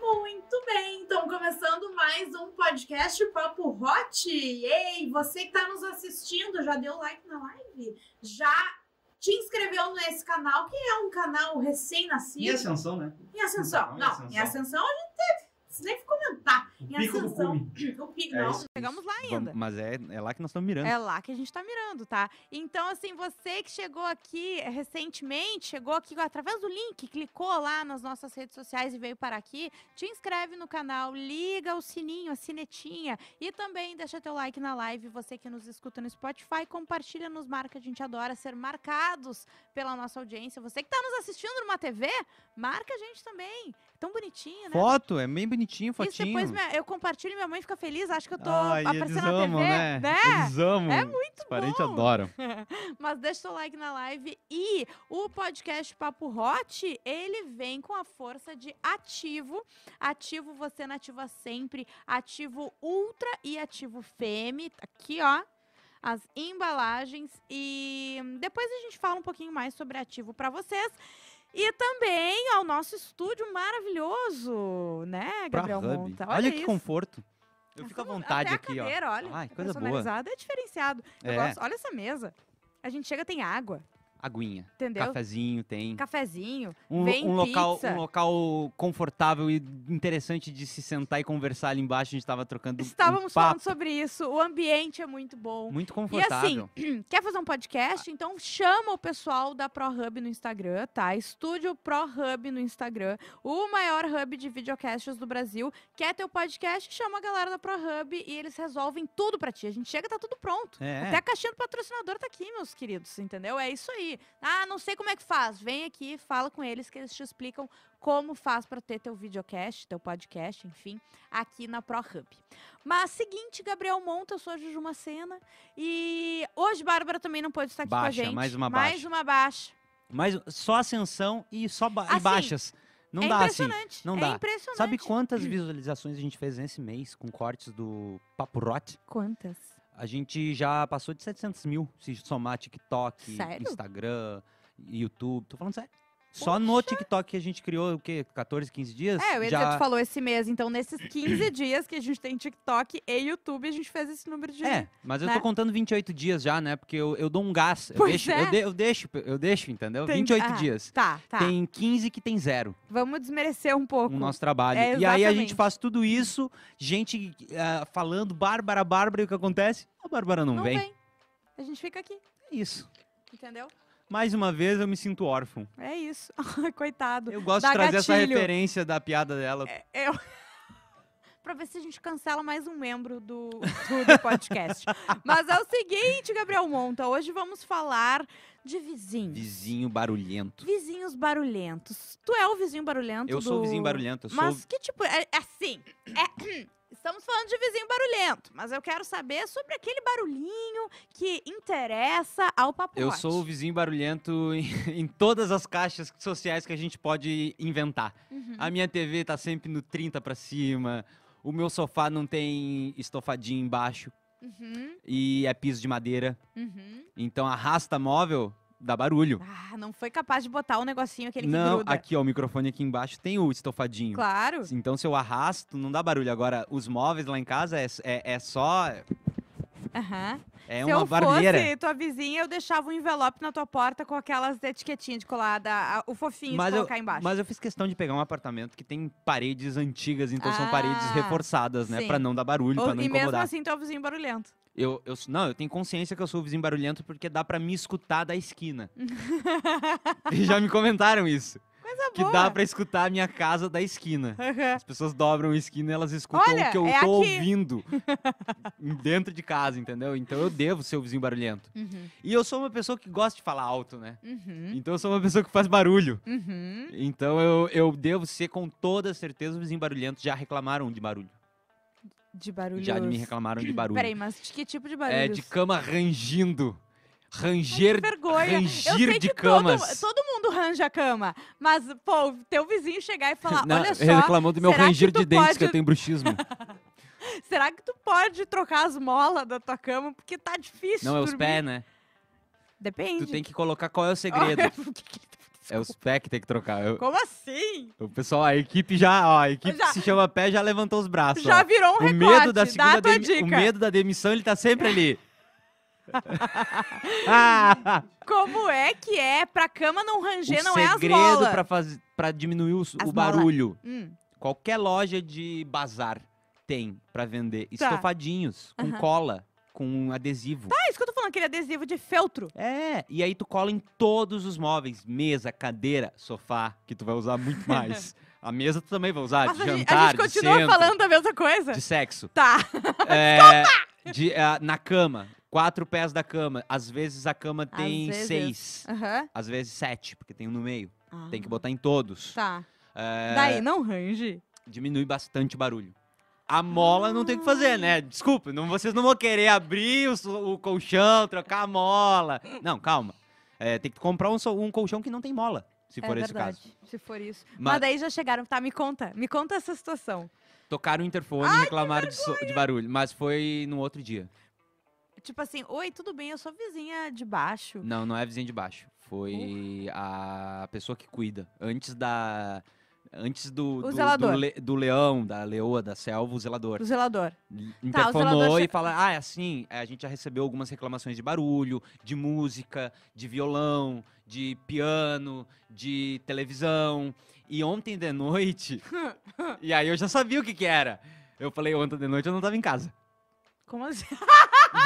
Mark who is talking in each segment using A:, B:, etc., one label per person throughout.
A: Muito bem, então começando mais um podcast Papo Hot. Ei, você que está nos assistindo, já deu like na live? Já te inscreveu nesse canal, que é um canal
B: E
A: recém-nascido?
B: ascensão, né?
A: Em ascensão.
B: Não, em
A: Não,
B: ascensão.
A: em ascensão a gente teve. Você nem ficou comentar.
B: O
A: Em
B: pico do
A: ascensão.
B: cume.
A: O pico,
B: É
A: não.
B: isso.
C: Chegamos lá
D: Vamos-
C: ainda.
D: mas é, é lá que nós estamos mirando.
C: É lá que a gente tá mirando, tá? Então, assim, você que chegou aqui eh, recentemente, chegou aqui através do link, clicou lá nas nossas redes sociais e veio para aqui, te inscreve no canal, liga o sininho, a sinetinha e também deixa teu like na live. Você que nos escuta no Spotify, compartilha, nos marca. A gente adora ser marcados pela nossa audiência. Você que tá nos assistindo numa TV, marca a gente também. Tão bonitinho, né?
D: Foto, é bem bonitinho,
C: Isso
D: fotinho.
C: depois minha- eu compartilho e minha mãe fica feliz, acha que eu tô
D: Ai, eles
C: aparecendo na TV,
D: amam, né? Eles amam.
C: É muito
D: Os parentes
C: bom.
D: adoram.
C: Mas deixa o seu like na live e o podcast Papo Hot, ele vem com a força de ativo. Ativo você nativa sempre, ativo ultra e ativo fêmea. Tá Aqui, ó. As embalagens e depois a gente fala um pouquinho mais sobre ativo para vocês. E também ao nosso estúdio maravilhoso, né,
D: Pra
C: Gabriel
D: hub.
C: Monta?
D: Olha, que
C: isso.
D: conforto. Eu
C: Nós
D: fico à
C: somos-
D: vontade
C: até
D: aqui,
C: a
D: ó.
C: cadeira, Olha,
D: Ai,
C: é
D: coisa boa.
C: personalizada é diferenciado. Eu
D: É.
C: gosto- olha essa mesa. A gente chega, tem água,
D: Aguinha.
C: entendeu?
D: Cafezinho tem.
C: Cafezinho.
D: Um,
C: vem
D: um local,
C: pizza.
D: um local confortável e interessante de se sentar e conversar ali embaixo. A gente tava trocando um
C: Estávamos
D: papo.
C: falando sobre isso. O ambiente é muito bom.
D: Muito confortável.
C: Quer fazer um podcast?
D: Ah.
C: Então chama o pessoal da ProHub no Instagram, tá? Estúdio ProHub no Instagram, o maior hub de videocasts do Brasil. Quer teu podcast? Chama a galera da ProHub e eles resolvem tudo pra ti. A gente chega, tá tudo pronto.
D: É.
C: Até a caixinha do patrocinador tá aqui, meus queridos, entendeu? É isso aí. Ah, não sei como é que faz. Vem aqui, fala com eles que eles te explicam como faz pra ter teu videocast, teu podcast, enfim, aqui na ProHub. Mas seguinte, Gabriel Monta, eu sou a Juju Macena e hoje Bárbara também não pôde estar aqui com a
D: Baixa,
C: gente.
D: mais uma
C: Mais
D: baixa.
C: uma baixa.
D: Mas só ascensão e só ba- e
C: Assim,
D: baixas. Não
C: é
D: dá assim.
C: impressionante.
D: não
C: é
D: dá.
C: impressionante.
D: Sabe quantas visualizações a gente fez nesse mês com cortes do Papo Rote?
C: quantas?
D: A gente já passou de 700 mil, se somar TikTok,
C: Sério?
D: Instagram, YouTube. Tô falando sério. Só no TikTok que a gente criou, o quê? 14, 15 dias?
C: É, o Edson
D: já...
C: falou esse mês, então nesses 15 dias que a gente tem TikTok e YouTube, a gente fez esse número de
D: É, mas eu
C: né?
D: tô contando 28 dias já, né? Porque eu, eu dou um gás. Eu
C: Pois
D: deixo,
C: é.
D: eu, de- eu deixo, eu deixo, entendeu?
C: Tem-
D: 28
C: ah,
D: dias.
C: Tá, tá.
D: Tem 15 que tem zero
C: Vamos desmerecer um pouco.
D: o nosso trabalho.
C: É,
D: e aí a
C: exatamente.
D: gente faz tudo isso, gente ah, falando Bárbara, Bárbara, e o que acontece? A Bárbara não,
C: Não
D: vem.
C: vem. A gente fica aqui,
D: É isso.
C: entendeu?
D: Mais uma vez eu me sinto órfão.
C: É isso. Ai, Coitado.
D: Eu gosto
C: Dá
D: de trazer essa
C: gatilho.
D: referência da piada dela.
C: Eu... pra ver se a gente cancela mais um membro do, do- do podcast. Mas é o seguinte, Gabriel Monta, hoje vamos falar de vizinhos.
D: Vizinho barulhento.
C: Vizinhos barulhentos. Tu é o vizinho barulhento
D: Eu sou o
C: do-
D: vizinho barulhento. Eu sou
C: Mas que tipo. É, é assim. é- estamos falando de vizinho barulhento, mas eu quero saber sobre aquele barulhinho que interessa ao papo
D: Eu
C: Hot.
D: sou o vizinho barulhento em, em todas as caixas sociais que a gente pode inventar.
C: Uhum.
D: A minha TV tá sempre no 30 pra cima. O meu sofá não tem estofadinho embaixo
C: Uhum,
D: e é piso de madeira.
C: uhum.
D: Então arrasta móvel dá barulho.
C: Ah, não foi capaz de botar o negocinho aquele que
D: não,
C: gruda.
D: aqui ó, o microfone aqui embaixo tem o estofadinho.
C: Claro.
D: Então se eu arrasto não dá barulho. Agora os móveis lá em casa é, é, é só
C: Aham.
D: é
C: Se
D: uma
C: eu
D: barulheira.
C: fosse tua vizinha, eu deixava um envelope na tua porta com aquelas etiquetinhas de colada, a- o fofinho de colocar
D: eu,
C: embaixo.
D: mas eu fiz questão de pegar um apartamento que tem paredes antigas, então são paredes
C: Ah,
D: reforçadas, né?
C: sim.
D: Pra não dar barulho,
C: Ou-
D: pra não
C: e mesmo
D: incomodar.
C: assim, teu vizinho barulhento.
D: Eu, eu, não, eu tenho consciência que eu sou o vizinho barulhento porque dá pra me escutar da esquina. e já me comentaram isso.
C: Coisa
D: Que
C: boa.
D: dá pra escutar a minha casa da esquina.
C: Aham.
D: As pessoas dobram a esquina e elas escutam
C: Olha,
D: o que eu
C: é
D: tô
C: aqui.
D: ouvindo dentro de casa, entendeu? Então eu devo ser o vizinho barulhento.
C: Uhum,
D: E eu sou uma pessoa que gosta de falar alto, né?
C: uhum,
D: Então eu sou uma pessoa que faz barulho.
C: uhum.
D: Então eu, eu devo ser com toda certeza o vizinho barulhento. Já reclamaram de barulho.
C: De barulhos.
D: Já me reclamaram de barulho.
C: Peraí, mas de que tipo de barulho?
D: é de cama rangindo. Ranger,
C: vergonha. Eu
D: rangir
C: sei
D: de
C: que
D: camas.
C: Todo, todo mundo ranja a cama. Mas, pô, teu vizinho chegar e falar:
D: Não,
C: olha
D: ele
C: só,
D: reclamou do meu
C: será que
D: ranger
C: tu
D: de dentes, que eu
C: pode-
D: tenho bruxismo.
C: será que tu pode trocar as molas da tua cama? Porque tá difícil.
D: Não, é os
C: dormir.
D: pés, né?
C: Depende.
D: Tu tem que colocar qual é o segredo.
C: o que que ele tá fazendo?
D: É os pés que tem que trocar. Eu-
C: Como assim?
D: o pessoal, a equipe já, ó, a equipe
C: Já-
D: que se chama pé já levantou os braços.
C: Já
D: ó.
C: virou um
D: o
C: recorte.
D: medo da
C: Dá
D: segunda
C: a tua
D: demi-
C: dica.
D: O medo da demissão, ele tá sempre ali. ah,
C: Como é que é pra cama não ranger,
D: o
C: não é as
D: segredo
C: molas?
D: pra, faz... pra diminuir o, s-
C: As
D: o
C: mola.
D: barulho.
C: Hum,
D: Qualquer loja de bazar tem pra vender
C: Tá.
D: estofadinhos com
C: Aham.
D: cola, com adesivo.
C: É isso que eu tô falando, aquele adesivo de feltro.
D: É, e aí tu cola em todos os móveis, mesa, cadeira, sofá, que tu vai usar muito mais. a mesa tu também vai usar,
C: Mas
D: Ah, de
C: a gente-
D: jantar,
C: a gente
D: de
C: continua
D: centro,
C: falando da mesma coisa.
D: de sexo.
C: Tá.
D: É, de, ah, na cama, quatro pés da cama. Às vezes a cama tem
C: vezes.
D: seis,
C: Aham.
D: às vezes sete, porque tem um no meio. Tem que
C: Ah,
D: botar em todos.
C: Tá.
D: É,
C: Daí, não range.
D: diminui bastante o barulho. A mola não tem o que fazer, né? Desculpa, não, vocês não vão querer abrir o, so- o colchão, trocar a mola. Não, calma. É, tem que comprar um, so- um colchão que não tem mola, se
C: é
D: for esse o
C: verdade,
D: caso.
C: se for isso. Mas...
D: Mas
C: daí já chegaram, tá? Me conta, me conta essa situação.
D: tocaram o interfone e reclamaram de, so- de barulho. Mas foi no outro dia.
C: Tipo assim, oi, tudo bem, eu sou vizinha de baixo.
D: Não, não é a vizinha de baixo. Foi a pessoa que cuida. Antes da. Antes do, do,
C: zelador.
D: do, le- do leão, da leoa, da selva, o zelador.
C: O zelador.
D: interfonou
C: Tá, zelador
D: e
C: che-
D: fala, ah, é assim, é, a gente já recebeu algumas reclamações de barulho, de música, de violão, de piano, de televisão. E ontem de noite, e aí eu já sabia o que que era. Eu falei, ontem de noite eu não tava em casa.
C: Como assim?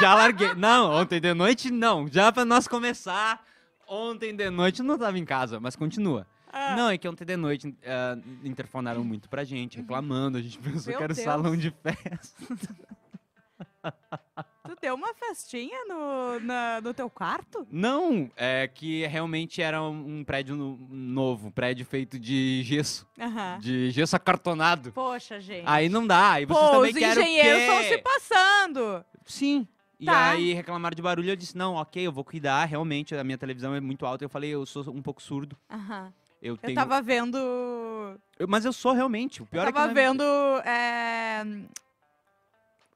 D: Já larguei. Não, ontem de noite não. Já pra nós começar, ontem de noite eu não tava em casa, mas continua.
C: Ah,
D: Não, é que ontem de noite ah, interfonaram muito pra gente, reclamando. A gente pensou
C: Meu
D: que era
C: Deus.
D: salão de festa.
C: Tu deu uma festinha no, na- no teu quarto?
D: Não, é que realmente era um um prédio no- novo, um prédio feito de gesso,
C: Aham.
D: de gesso acartonado.
C: Poxa, Ah. gente.
D: Aí não dá, aí vocês
C: Pô, os
D: também querem o
C: engenheiros estão se
D: quê?
C: passando.
D: Sim. E
C: Tá.
D: aí reclamaram de barulho, eu disse, não, ok, eu vou cuidar, realmente, a minha televisão é muito alta. Eu falei, eu sou um pouco surdo,
C: Aham.
D: eu,
C: Eu
D: tenho...
C: tava vendo.
D: Eu- mas eu sou realmente, o pior
C: Eu
D: é um que...
C: tava
D: não é-
C: vendo. é, hum,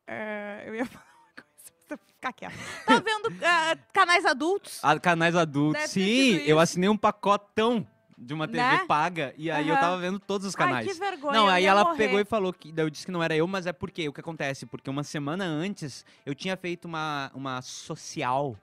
C: é, eu ia falar uma coisa, mas eu vou ficar quieta. Tava vendo é, canais adultos.
D: Ah, canais adultos,
C: Deve ter
D: sim,
C: sido
D: eu assinei um pacotão de uma TV
C: Né?
D: paga, e aí eu
C: Aham.
D: tava vendo todos os
C: Ai,
D: canais.
C: que vergonha.
D: Não,
C: eu
D: aí
C: ia
D: ela
C: morrer.
D: pegou e falou que. Daí eu disse que não era eu, mas é porque o que acontece? Porque uma semana antes eu tinha feito uma, uma social.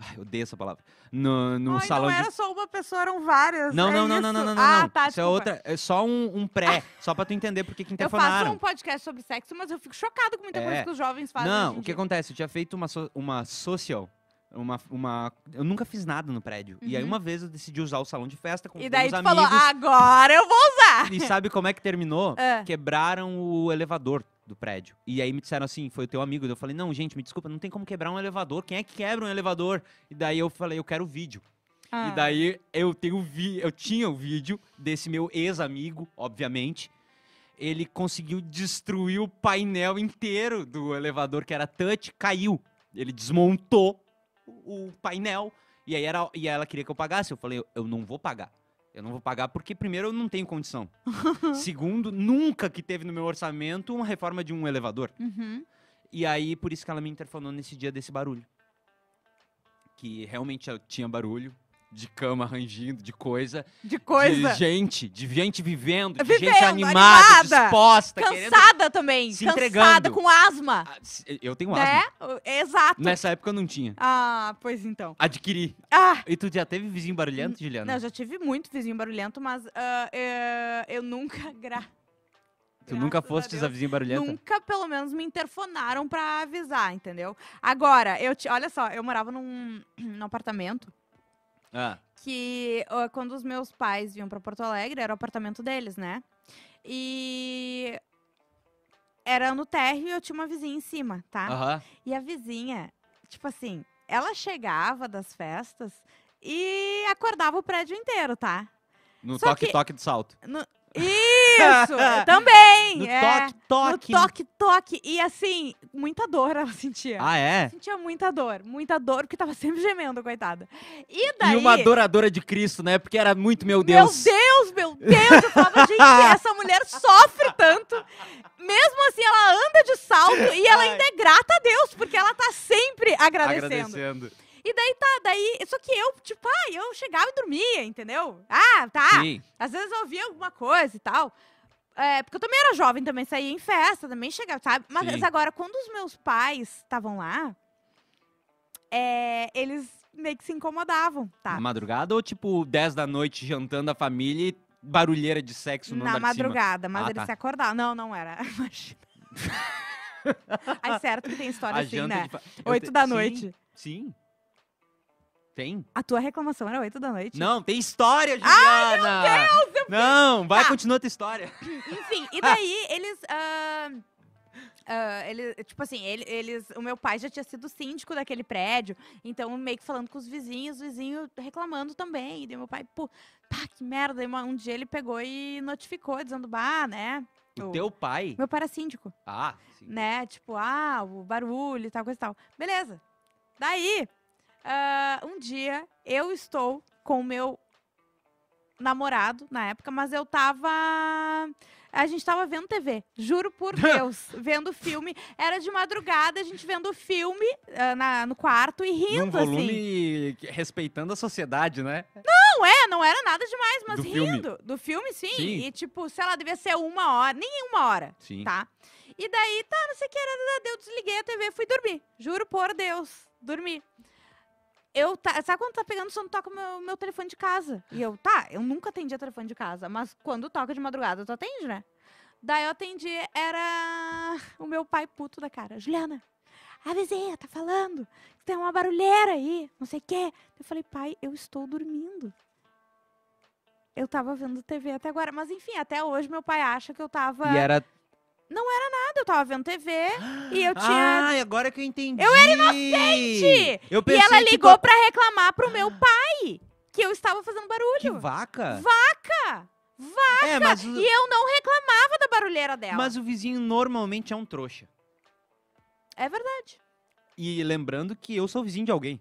D: Ai, eu odeio essa palavra. No, num
C: Ai,
D: salão
C: não
D: de.
C: era só uma pessoa, eram várias.
D: Não,
C: é
D: não, não,
C: isso?
D: não, não, não, não.
C: Ah,
D: não.
C: tá.
D: Isso é
C: desculpa.
D: outra. É só um, um pré, só pra tu entender por que que
C: Eu faço
D: interfonaram.
C: um podcast sobre sexo, mas eu fico chocada com muita
D: É.
C: coisa que os jovens fazem.
D: não,
C: hoje em
D: o que
C: dia.
D: acontece? Eu tinha feito uma, so- uma social. Uma, uma. Eu nunca fiz nada no prédio. E aí
C: Uhum.
D: uma vez eu decidi usar o salão de festa com
C: E daí
D: uns
C: tu
D: amigos.
C: falou, agora eu vou usar.
D: E sabe como é que terminou?
C: Ah.
D: quebraram o elevador do prédio. E aí me disseram assim, foi o teu amigo. Eu falei, não, gente, me desculpa, não tem como quebrar um elevador. Quem é que quebra um elevador? E daí eu falei, eu quero vídeo.
C: Ah.
D: E daí eu tenho vi, eu tinha o vídeo desse meu ex-amigo, obviamente. Ele conseguiu destruir o painel inteiro do elevador que era touch, caiu. Ele desmontou o o painel. E aí era, e ela queria que eu pagasse. Eu falei, eu não vou pagar. Eu não vou pagar porque, primeiro, eu não tenho condição. Segundo, nunca que teve no meu orçamento uma reforma de um elevador.
C: Uhum.
D: E aí, por isso que ela me interfonou nesse dia desse barulho. Que realmente eu tinha barulho de cama rangindo, de coisa,
C: De coisa.
D: de gente, de gente vivendo, de gente
C: Vivendo,
D: animada,
C: animada,
D: disposta, tá querendo.
C: Cansada também.
D: se
C: Cansada,
D: entregando.
C: com asma.
D: Ah, se- Eu tenho asma. Né?
C: Né? Exato.
D: Nessa época eu não tinha.
C: Ah, pois então.
D: Adquiri.
C: Ah,
D: E tu já teve vizinho barulhento, Juliana?
C: não, eu já tive muito vizinho barulhento, mas ah, eh, eu nunca, gra
D: tu nunca
C: graças a
D: foste
C: Deus,
D: essa vizinha barulhenta?
C: Nunca, pelo menos, me interfonaram pra avisar, entendeu? Agora, eu te, olha só, eu morava num, num apartamento
D: Ah,
C: que ah, quando os meus pais vinham pra Porto Alegre, era o apartamento deles, né? E era no térreo e eu tinha uma vizinha em cima, tá?
D: aham.
C: E a vizinha, tipo assim, ela chegava das festas e acordava o prédio inteiro, tá?
D: No
C: Só que-
D: toque-toque do salto.
C: Isso! também!
D: No
C: é.
D: toque-toque.
C: No toque, toque. E assim, muita dor ela sentia.
D: Ah, é?
C: Sentia muita dor, muita dor, porque tava sempre gemendo, coitada. E daí.
D: E uma adoradora de Cristo, né? Porque era muito, meu Deus.
C: Meu Deus, meu Deus! Eu falava, gente, essa mulher sofre tanto. Mesmo assim, ela anda de salto e ela
D: Ai.
C: ainda é grata a Deus, porque ela tá sempre agradecendo.
D: Agradecendo.
C: Ah, daí, só que eu, tipo, ah, eu chegava e dormia, entendeu? Ah, tá.
D: Sim.
C: Às vezes eu ouvia alguma coisa e tal. É, porque eu também era jovem, também saía em festa, também chegava, sabe? Mas
D: Sim.
C: agora, quando os meus pais estavam lá, é, eles meio que se incomodavam, tá?
D: Na madrugada ou tipo 10 da noite jantando a família e barulheira de sexo no
C: Na
D: andar de cima?
C: madrugada, mas
D: Ah,
C: eles
D: tá.
C: se acordavam. Não, não era. Imagina. Aí certo que tem história
D: A
C: assim,
D: janta
C: né?
D: de fa- Eu
C: Oito
D: te-
C: da
D: Sim,
C: noite.
D: Sim. Tem?
C: A tua reclamação era oito da noite?
D: Não, tem história, Juliana! Ai, meu Deus, Não, vai,
C: Tá.
D: continua tua história.
C: Enfim, e daí eles. ah, ah, ele, tipo assim, ele- eles, o meu pai já tinha sido síndico daquele prédio, então meio que falando com os vizinhos, os vizinhos reclamando também. E daí meu pai, pô, pá, que merda. E uma- um dia ele pegou e notificou, dizendo, bah, né?
D: O
C: o-
D: teu pai.
C: Meu pai era síndico,
D: Ah, sim.
C: né? Tipo, ah, o barulho e tal, coisa e tal. Beleza. Daí, ah, um dia eu estou com o meu namorado na época, mas eu tava. A gente tava vendo TV, juro por Deus, vendo filme. Era de madrugada, a gente vendo filme ah, na- no quarto e rindo,
D: Num
C: assim.
D: volume que- respeitando a sociedade, né?
C: Não é, não era nada demais, mas
D: Do filme.
C: rindo. Do filme, sim.
D: Sim.
C: E tipo, sei lá, devia ser uma hora, nem uma hora.
D: Sim.
C: Tá? E daí, tá, não sei o que era, eu desliguei a TV, fui dormir. Juro por Deus, dormi. Eu, tá, sabe quando tá pegando sono, toca o meu, meu telefone de casa. E eu, tá, eu nunca atendi o telefone de casa, mas quando toca de madrugada, tu atende, né? Daí eu atendi, era o meu pai puto da cara. Juliana, a vizinha tá falando que tem uma barulheira aí, não sei o quê. Eu falei, pai, eu estou dormindo. Eu tava vendo TV até agora, mas enfim, até hoje meu pai acha que eu tava
D: E era.
C: eu tava vendo TV e eu tinha.
D: Ah, agora que eu entendi. Eu era inocente! Eu
C: e
D: pensei tipo,
C: ela
D: que
C: ligou
D: tua-
C: pra reclamar pro meu pai que eu estava fazendo
D: Que
C: barulho.
D: vaca!
C: Vaca!
D: É, mas, o-
C: E eu não reclamava da barulheira dela.
D: mas o vizinho normalmente é um trouxa.
C: É verdade.
D: E lembrando que eu sou vizinho de alguém.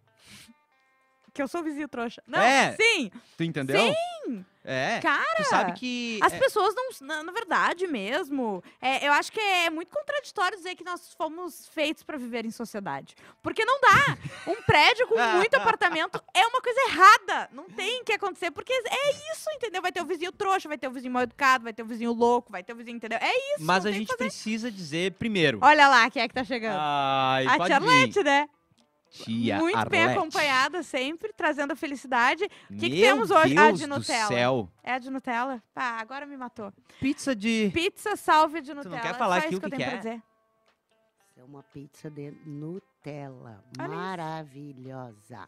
C: Que eu sou vizinho trouxa. Não,
D: É.
C: sim.
D: Tu entendeu? Sim! É.
C: Cara, assim
D: tu sabe que.
C: As
D: é-
C: pessoas não. Na, na verdade mesmo. é, eu acho que é muito contraditório dizer que nós fomos feitos pra viver em sociedade. Porque não dá. Um prédio com
D: Ah.
C: muito apartamento é uma coisa errada. Não tem que acontecer. Porque é isso, entendeu? Vai ter o vizinho trouxa, vai ter o vizinho mal educado, vai ter o vizinho louco, vai ter o vizinho, entendeu? É isso.
D: mas
C: não
D: a
C: tem o que fazer.
D: gente precisa dizer primeiro.
C: Olha lá quem é que tá chegando.
D: Ai,
C: a
D: Ah, pode
C: Tia Arlete, né?
D: vir. Tia
C: muito bem
D: Arlete.
C: acompanhada sempre, trazendo a felicidade.
D: O
C: que que temos hoje? Ah,
D: Deus
C: de
D: do
C: Nutella.
D: céu.
C: É a de Nutella? Ah, agora me matou.
D: Pizza de.
C: Pizza salve de Nutella.
D: não quer falar
C: Só
D: aqui
C: isso
D: o
C: que eu
D: que
C: tenho
D: que
C: pra
D: é?
C: dizer.
B: É uma pizza de Nutella.
C: Olha isso.
B: Maravilhosa.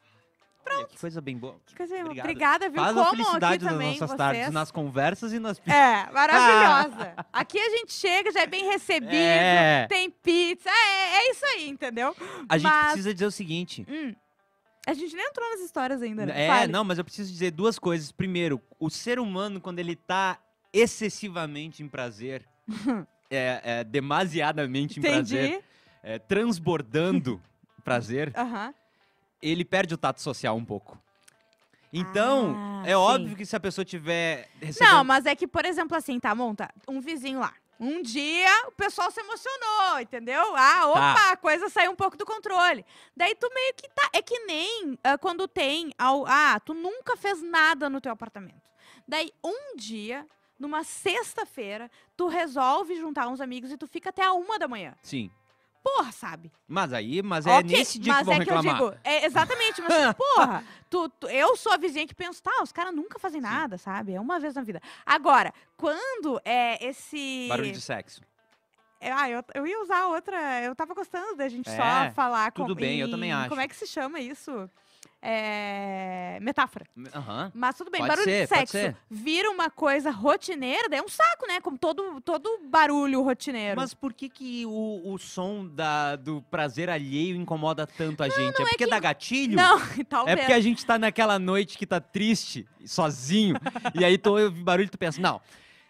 D: Olha, que coisa bem boa.
C: Que coisa
D: Obrigado.
C: Obrigada, viu?
D: Faz
C: Como
D: a felicidade
C: aqui
D: das
C: também
D: nossas
C: vocês.
D: tardes, nas conversas e nas
C: É, maravilhosa. Aqui a gente chega, já é bem recebido,
D: É.
C: tem pizza, é, é isso aí, entendeu?
D: A gente
C: Mas-
D: precisa dizer o seguinte.
C: Hum. A gente nem entrou nas histórias ainda, né?
D: É,
C: Fale.
D: não, mas eu preciso dizer duas coisas. Primeiro, o ser humano, quando ele tá excessivamente em prazer, é, é, demasiadamente em um prazer,
C: Entendi.
D: é, transbordando prazer,
C: Aham.
D: ele perde o tato social um pouco. Então,
C: Ah,
D: é
C: sim.
D: óbvio que se a pessoa tiver recebendo...
C: Não, mas é que, por exemplo, assim, tá, monta, um vizinho lá. Um dia o pessoal se emocionou, entendeu? Ah, opa, a coisa saiu um pouco do controle. Daí tu meio que tá. É que nem ah, quando tem. Ao, ah, tu nunca fez nada no teu apartamento. Daí um dia, numa sexta-feira, tu resolve juntar uns amigos e tu fica até a uma da manhã.
D: Sim,
C: Porra, sabe?
D: mas aí, mas é
C: Ok,
D: nesse dia
C: mas
D: que vão
C: é
D: reclamar.
C: que eu digo, é, exatamente, mas tipo, porra, tu, tu- eu sou a vizinha que penso, tá, os caras nunca fazem
D: Sim.
C: nada, sabe? É uma vez na vida. Agora, quando é esse...
D: Barulho de sexo.
C: É, Ah, eu, eu ia usar outra, eu tava gostando da gente
D: É,
C: só falar
D: tudo
C: com-
D: bem, eu também
C: em-
D: acho.
C: Como é que se chama isso? É, metáfora.
D: Aham.
C: Mas tudo bem,
D: Pode
C: barulho
D: ser,
C: de
D: pode
C: sexo
D: ser.
C: vira uma coisa rotineira, daí é um saco, né? Como todo, todo barulho rotineiro.
D: Mas por que que o, o som da- do prazer alheio incomoda tanto a gente? é porque dá gatilho?
C: não, talvez.
D: É porque a gente tá naquela noite que tá triste, sozinho, e aí tu ouve barulho e tu pensa, não.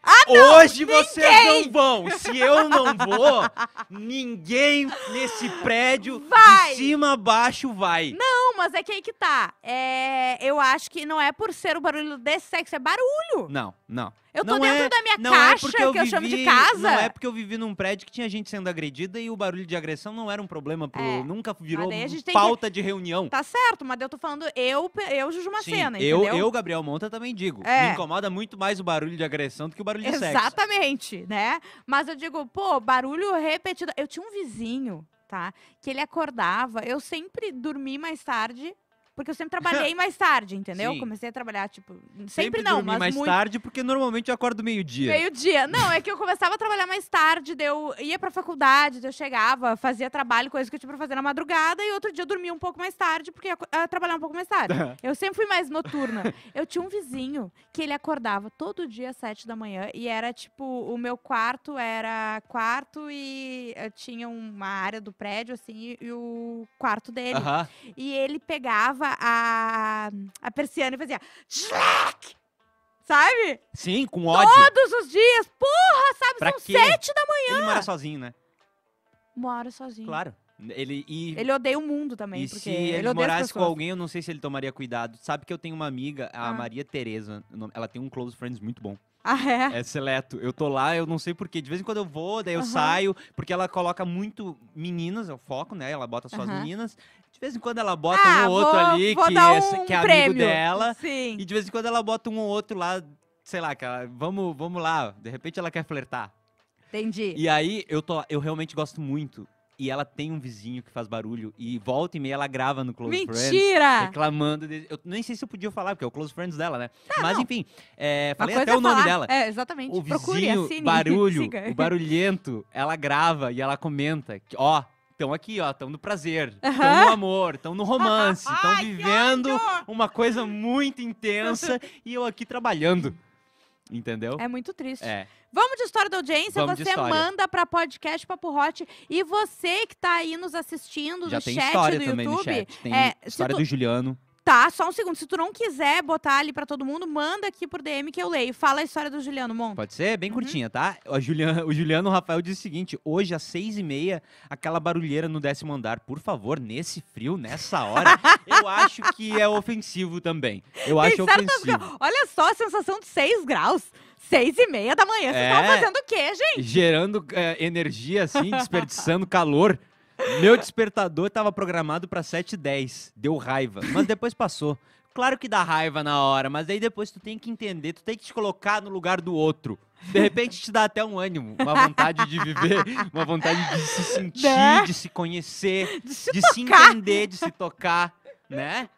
C: Ah,
D: Hoje vocês não vão. Se eu não vou, ninguém nesse prédio
C: Vai.
D: de cima a baixo vai.
C: Não, mas é que aí que tá. É, eu acho que não é por ser o barulho desse sexo, é barulho.
D: Não, não.
C: Eu tô
D: Não
C: dentro
D: é-
C: da minha
D: Não é
C: caixa,
D: porque
C: que eu, chamo de
D: vivi-
C: casa.
D: Não é porque eu vivi num prédio que tinha gente sendo agredida e o barulho de agressão não era um problema pro.
C: É.
D: Nunca virou
C: daí a gente tem que-
D: pauta de reunião.
C: Tá certo, mas eu tô falando eu, eu Juju
D: Sim,
C: Macena,
D: eu,
C: entendeu?
D: eu, Gabriel Monta, também digo.
C: É.
D: Me incomoda muito mais o barulho de agressão do que o barulho de sexo.
C: Exatamente, né? Mas eu digo, pô, barulho repetido. Eu tinha um vizinho, tá? Que ele acordava. Eu sempre dormi mais tarde, porque eu sempre trabalhei mais tarde, entendeu?
D: Sim.
C: Comecei a trabalhar, tipo, sempre,
D: Sempre
C: não,
D: dormi
C: mas
D: mais
C: muito
D: tarde, porque normalmente eu acordo meio-dia.
C: Meio-dia. Não, é que eu começava a trabalhar mais tarde, daí eu ia pra faculdade, daí eu chegava, fazia trabalho, coisa que eu tinha pra fazer na madrugada, e outro dia eu dormia um pouco mais tarde, porque ia co- ah, trabalhar um pouco mais tarde. Eu sempre fui mais noturna. Eu tinha um vizinho que ele acordava todo dia às sete da manhã e era tipo, o meu quarto era quarto e eh, tinha uma área do prédio assim e o quarto dele.
D: Aham.
C: E ele pegava a, a persiana e fazia Shrek! Sabe?
D: Sim, com ódio.
C: Todos os dias. Porra, sabe?
D: Pra
C: São
D: quê?
C: sete da manhã.
D: Ele mora sozinho, né?
C: Mora sozinho.
D: Claro. Ele, e
C: Ele odeia o mundo também.
D: E
C: porque
D: se
C: ele,
D: ele,
C: odeia as
D: morasse com
C: pessoas.
D: alguém, eu não sei se ele tomaria cuidado. Sabe que eu tenho uma amiga, a
C: Ah.
D: Maria Tereza. o nome- Ela tem um close friends muito bom.
C: Ah, é?
D: É seleto. Eu tô lá, eu não sei porquê. De vez em quando eu vou, daí eu
C: Aham.
D: saio. Porque ela coloca muito meninas, é o foco, né? Ela bota só as
C: Aham.
D: meninas. De vez em quando ela bota
C: ah,
D: um ou outro
C: vou,
D: ali,
C: vou
D: que,
C: dar
D: é,
C: um
D: que é amigo
C: prêmio.
D: dela.
C: Sim.
D: E de vez em quando ela bota um ou outro lá, sei lá, que ela- vamos, vamos lá. De repente ela quer flertar.
C: Entendi.
D: E aí, eu, tô, eu realmente gosto muito. E ela tem um vizinho que faz barulho. E volta e meia ela grava no Close Friends.
C: Mentira!
D: Reclamando. de- eu nem sei se eu podia falar, porque é o Close Friends dela, né? Mas
C: não.
D: enfim, é,
C: Uma
D: falei
C: coisa
D: até o
C: é
D: nome
C: falar.
D: dela.
C: É, exatamente.
D: O
C: Procure,
D: vizinho,
C: assine,
D: barulho,
C: siga.
D: o barulhento, ela grava e ela comenta que, ó, estão aqui, ó, estão no prazer, estão no
C: Aham.
D: amor, estão no é romance, estão
C: Ai, que
D: vivendo
C: ódio!
D: uma coisa muito intensa e eu aqui trabalhando. Entendeu?
C: É muito triste.
D: É.
C: Vamos de história da audiência.
D: Vamos de
C: você
D: história.
C: manda pra podcast Papo Hot. E você que tá aí nos assistindo
D: Já
C: no
D: tem
C: chat
D: história
C: do
D: também
C: YouTube.
D: no chat. Tem
C: É, se
D: história
C: tu-
D: do Juliano.
C: Tá, só um segundo. Se tu não quiser botar ali pra todo mundo, manda aqui por DM que eu leio. Fala a história do Juliano Monta.
D: Pode ser? Bem curtinha, tá? A Juliana, o Juliano Rafael diz o seguinte: hoje às seis e meia, aquela barulheira no décimo andar. Por favor, nesse frio, nessa hora, eu acho que é ofensivo também. Eu acho
C: certas
D: ofensivo.
C: Olha só a sensação de 6 graus. 6 e meia da manhã. Vocês
D: É.
C: estavam fazendo o quê, gente?
D: Gerando é, energia, assim, desperdiçando calor. Meu despertador estava programado para 7h10. Deu raiva, mas depois passou. Claro que dá raiva na hora, mas aí depois tu tem que entender, tu tem que te colocar no lugar do outro. De repente te dá até um ânimo, uma vontade de viver, uma vontade de se sentir,
C: Né?
D: de se conhecer,
C: De
D: de se
C: tocar.
D: entender, de se tocar, né?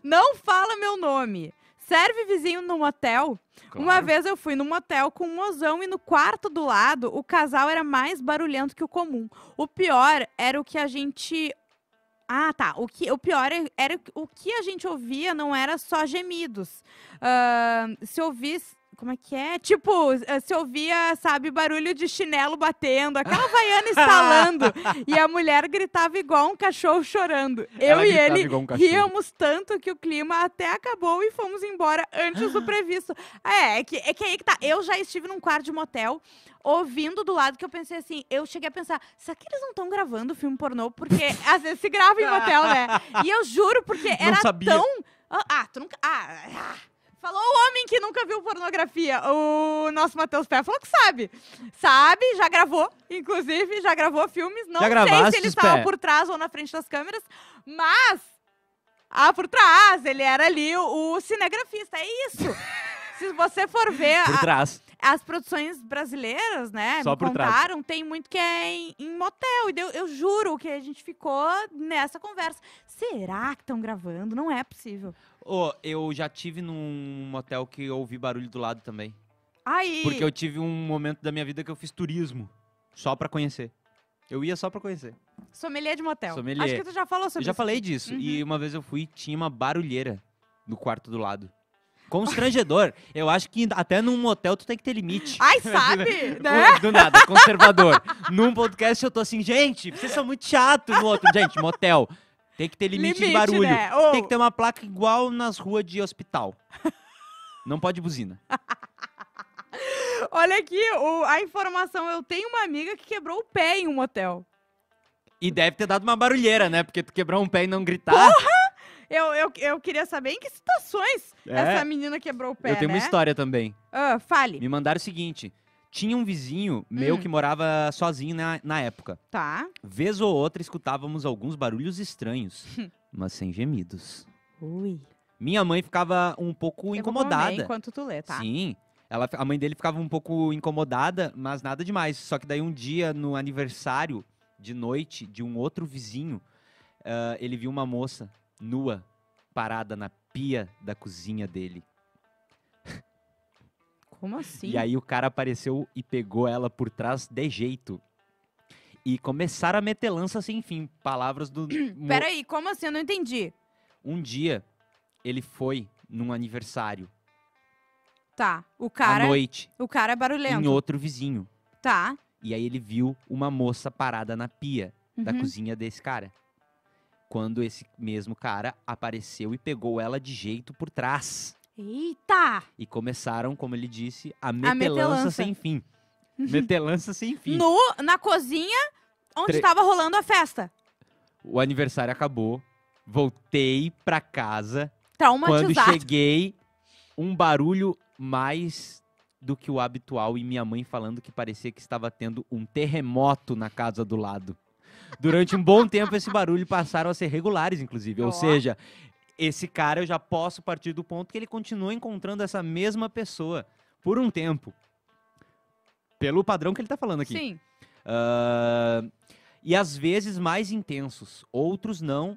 C: Não fala meu nome. Serve vizinho num hotel? Uma
D: Claro.
C: vez eu fui num motel com um mozão e no quarto do lado o casal era mais barulhento que o comum. O pior era o que a gente. Ah, tá. O, que, o pior é- era o que a gente ouvia não era só gemidos. Ahn, se ouvisse. Como é que é? Tipo, eh, se ouvia, sabe, barulho de chinelo batendo, aquela vaiana estalando. e a mulher gritava igual um cachorro chorando. Eu
D: Ela
C: e
D: gritava
C: ele
D: igual um cachorro.
C: Ríamos tanto que o clima até acabou e fomos embora antes do previsto. É, é que, é que aí que tá. Eu já estive num quarto de motel ouvindo do lado que eu pensei assim. Eu cheguei a pensar, será que eles não estão gravando filme pornô? Porque às vezes se grava em motel, né? E eu juro, porque era
D: sabia.
C: tão. Ah, ah, tu nunca. Ah, ah. Falou o homem que nunca viu pornografia. O nosso Matheus Pé falou que sabe. Sabe, já gravou, inclusive, já gravou filmes. Não sei se
D: gravaste,
C: ele estava
D: Pé?
C: por trás ou na frente das câmeras, mas. Ah, por trás, ele era ali o, o cinegrafista, é isso. se você for ver
D: Por
C: a-
D: trás.
C: as produções brasileiras, né?
D: Só
C: me
D: por trás.
C: contaram, tem muito que é em, em motel. E deu- eu juro que a gente ficou nessa conversa. Será que estão gravando? Não é possível.
D: Ô, eu já tive num motel que eu ouvi barulho do lado também.
C: Aí.
D: Porque eu tive um momento da minha vida que eu fiz turismo. Só pra conhecer. Eu ia só pra conhecer.
C: Sommelier de motel.
D: Sommelier.
C: Acho que tu já falou sobre
D: eu já
C: isso.
D: falei disso.
C: Uhum.
D: E uma vez eu fui e tinha uma barulheira no quarto do lado. Constrangedor. eu acho que até num motel tu tem que ter limite.
C: Ai, sabe? né?
D: O- Do nada, conservador. Num podcast eu tô assim, gente, vocês são muito chato no outro. Gente, motel. Tem que ter limite, de barulho.
C: Né? Ou-
D: Tem que ter uma placa igual nas ruas de hospital. Não pode buzina. um-
C: Olha aqui, o- a informação. Eu tenho uma amiga que quebrou o pé em um motel.
D: E deve ter dado uma barulheira, né? Porque tu quebrar um pé e não gritar.
C: Eu, eu, eu queria saber em que situações
D: É,
C: essa menina quebrou o pé,
D: eu tenho
C: né?
D: uma história também.
C: Ah, fale.
D: Me mandaram o seguinte: tinha um vizinho meu
C: Hum.
D: que morava sozinho na, na época.
C: Tá.
D: Vez ou outra escutávamos alguns barulhos estranhos, mas sem gemidos.
C: Ui.
D: Minha mãe ficava um pouco incomodada.
C: Enquanto tu lê, tá?
D: Sim. Ela, a mãe dele ficava um pouco incomodada, mas nada demais. Só que daí um dia, no aniversário de noite de um outro vizinho, ah, ele viu uma moça nua, parada na pia da cozinha dele.
C: Como assim?
D: E aí o cara apareceu e pegou ela por trás de jeito. E começaram a meter lança sem fim. Palavras do. mo-
C: Peraí, como assim? Eu não entendi.
D: Um dia, ele foi num aniversário,
C: Tá. O
D: à
C: cara,
D: noite,
C: o cara é barulhento.
D: em outro vizinho.
C: Tá.
D: E aí ele viu uma moça parada na pia da
C: Uhum.
D: cozinha desse cara. Quando esse mesmo cara apareceu e pegou ela de jeito por trás.
C: Eita!
D: E começaram, como ele disse, a metelança
C: metelança.
D: sem fim. metelança sem fim.
C: Nu, na cozinha, onde
D: Tre-
C: tava rolando a festa.
D: O aniversário acabou. Voltei pra casa. Quando
C: Traumatizado.
D: cheguei, um barulho mais do que o habitual e minha mãe falando que parecia que estava tendo um terremoto na casa do lado. Durante um bom tempo, esse barulho passaram a ser regulares, inclusive. Ou
C: Ó.
D: seja, esse cara eu já posso partir do ponto que ele continua encontrando essa mesma pessoa por um tempo. Pelo padrão que ele tá falando aqui.
C: Sim.
D: Ah, e às vezes mais intensos. Outros não.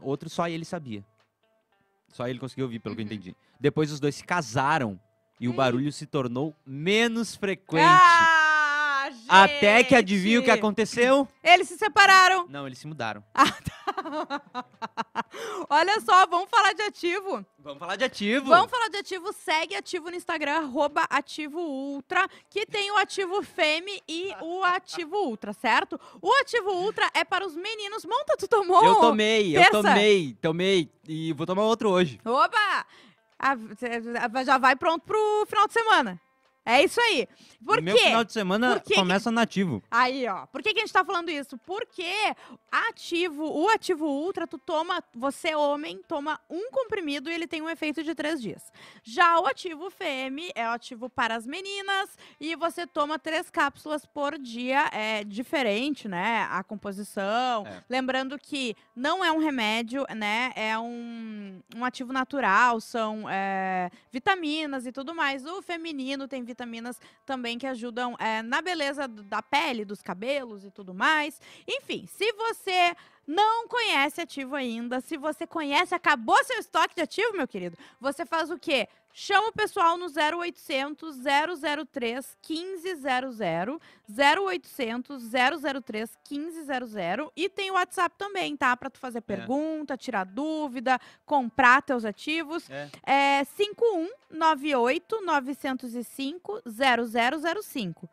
D: Outros só ele sabia. Só ele conseguiu ouvir, pelo que eu
C: Uhum.
D: entendi. Depois os dois se casaram e o barulho se tornou menos frequente.
C: Ah, gente.
D: Até que adivinha o que aconteceu?
C: Eles se separaram.
D: Não, eles se mudaram.
C: Olha só, vamos falar de ativo.
D: Vamos falar de ativo.
C: Vamos falar de ativo, segue ativo no Instagram, arroba ativo ultra, que tem o ativo fêmea e o ativo ultra, certo? O ativo ultra é para os meninos. Monta, tu tomou?
D: Eu tomei, eu
C: terça.
D: tomei, tomei. E vou tomar outro hoje.
C: Oba! Ah, cê- Já vai pronto pro final de semana. É isso aí. Por
D: Meu
C: quê?
D: final de semana
C: Por quê que-
D: começa nativo.
C: Aí, ó. Por que, que a gente tá falando isso? Porque ativo, o ativo ultra, tu toma, você homem, toma um comprimido e ele tem um efeito de três dias. Já o ativo fêmea é o ativo para as meninas e você toma três cápsulas por dia, é diferente, né? A composição.
D: É.
C: Lembrando que não é um remédio, né? É um, um ativo natural, são é, vitaminas e tudo mais. O feminino tem vitaminas também que ajudam é, na beleza do- da pele, dos cabelos e tudo mais. Enfim, se você não conhece ativo ainda, se você conhece, acabou seu estoque de ativo, meu querido, você faz o quê? Chama o pessoal no 0800 003 1500, 0800 003 1500 e tem o WhatsApp também, tá? Pra tu fazer pergunta, tirar dúvida, comprar teus ativos. É 5198-905-0005.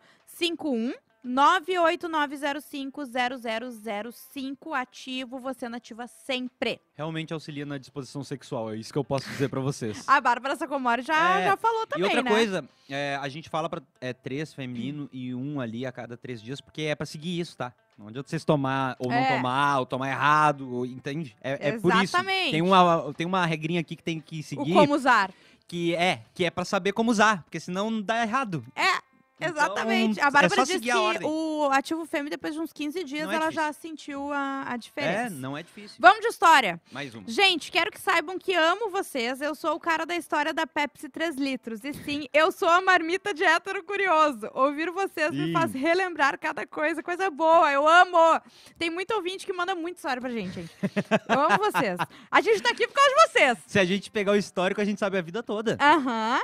C: 51-98905-0005. Ativo, você nativa sempre.
D: Realmente auxilia na disposição sexual, é isso que eu posso dizer pra vocês.
C: A Bárbara Sacomori já,
D: É,
C: já falou também,
D: e outra
C: né?
D: coisa, é, a gente fala pra é, três feminino e um ali a cada três dias, porque é pra seguir isso, tá? Não adianta vocês tomar ou não
C: É.
D: tomar, ou tomar errado, ou- entende? É, é por isso.
C: Exatamente.
D: Tem uma, tem uma regrinha aqui que tem que
C: O
D: seguir,
C: como usar.
D: que é que é para saber como usar, porque senão dá errado. Então,
C: É, Exatamente.
D: é
C: a Bárbara
D: só
C: disse
D: seguir
C: que
D: a ordem.
C: o ativo fêmea, depois de uns 15 dias,
D: Não é
C: ela já sentiu a, a
D: É,
C: diferença.
D: não é difícil.
C: Vamos de história.
D: Mais uma.
C: Gente, quero que saibam que amo vocês. Eu sou o cara da história da Pepsi 3 litros. E sim, eu sou a marmita de hétero curioso. Ouvir vocês me
D: Ih.
C: faz relembrar cada coisa, coisa boa. Eu amo! Tem muito ouvinte que manda muita história pra gente, gente. Eu amo vocês. A gente tá aqui por causa de vocês.
D: Se a gente pegar o histórico, a gente sabe a vida toda.
C: Aham.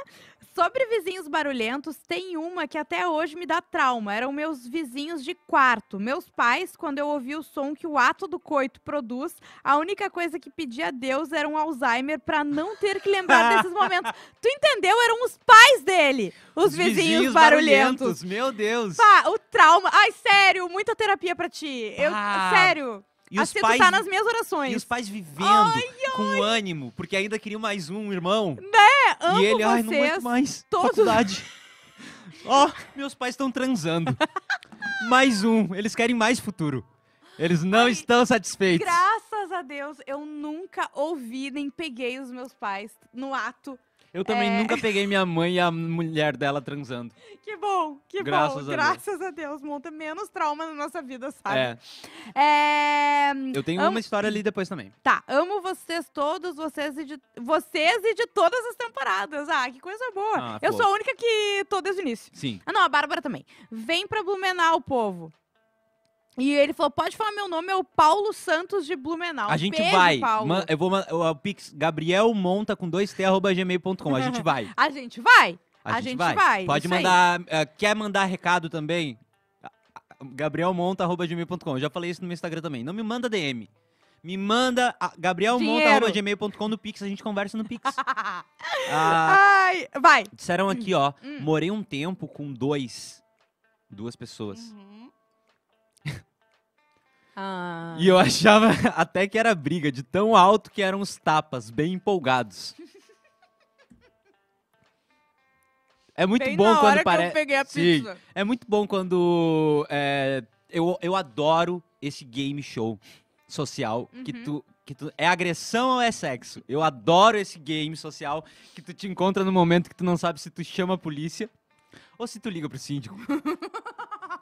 C: Sobre vizinhos barulhentos, tem uma que até hoje me dá trauma. Eram meus vizinhos de quarto. Meus pais, quando eu ouvi o som que o ato do coito produz, a única coisa que pedia a Deus era um Alzheimer pra não ter que lembrar desses momentos. Tu entendeu? Eram os pais dele, os, vizinhos, barulhentos.
D: Meu Deus.
C: Pá, o trauma. Ai, sério, muita terapia pra ti. Eu,
D: Pá.
C: sério.
D: e os
C: assim,
D: pais
C: tu tá nas minhas
D: E
C: orações.
D: os pais vivendo com ânimo, porque ainda queriam mais um irmão.
C: É, amo
D: e ele, ai, não
C: vocês.
D: aguento mais.
C: todos."
D: Faculdade. Ó, meus pais estão transando. mais um. Eles querem mais futuro. Eles não estão satisfeitos.
C: Graças a a Deus, eu nunca ouvi nem peguei os meus pais no ato.
D: Eu também
C: É.
D: nunca peguei minha mãe e a mulher dela transando.
C: Que bom, que
D: Graças a
C: bom.
D: Deus.
C: graças a Deus. Monta menos trauma na nossa vida, sabe?
D: É,
C: É,
D: eu tenho
C: Ah, Amo-
D: uma história ali depois também.
C: Tá, amo vocês todos, vocês e de, vocês e de todas as temporadas. Ah, que coisa boa.
D: Ah,
C: eu
D: flor.
C: sou a única que tô desde o início.
D: Sim.
C: Ah, não, a Bárbara também. Vem pra Blumenau, povo. E ele falou: pode falar meu nome, é o Paulo Santos de Blumenau.
D: A gente
C: Ah, um Beijo,
D: vai.
C: Paulo.
D: Man- eu vou man- o, o Pix Gabriel monta com dois t arroba gmail.com. A gente vai.
C: A gente vai.
D: A,
C: A gente vai,
D: Pode
C: isso aí.
D: mandar. eh, quer mandar recado também? A- a- Gabrielmonta.gmail.com. Eu Já falei isso no meu Instagram também. Não me manda DM. Me manda a- gabrielmonta.gmail.com no Pix. A gente conversa no Pix. Ah,
C: Ai, vai.
D: disseram aqui, ó.
C: Hum.
D: Morei um tempo com dois. Duas pessoas.
C: Ah.
D: Uhum. E é eu achava até que era briga, de tão alto que eram os tapas, bem empolgados. É muito
C: Bem
D: bom
C: na hora
D: quando
C: que eu
D: parece.
C: peguei a
D: Sim.
C: pizza.
D: É muito bom quando. é, eu, eu adoro esse game show social que
C: Uhum.
D: tu. Que tu, é agressão ou é sexo? Eu adoro esse game social que tu te encontra no momento que tu não sabe se tu chama a polícia ou se tu liga pro síndico.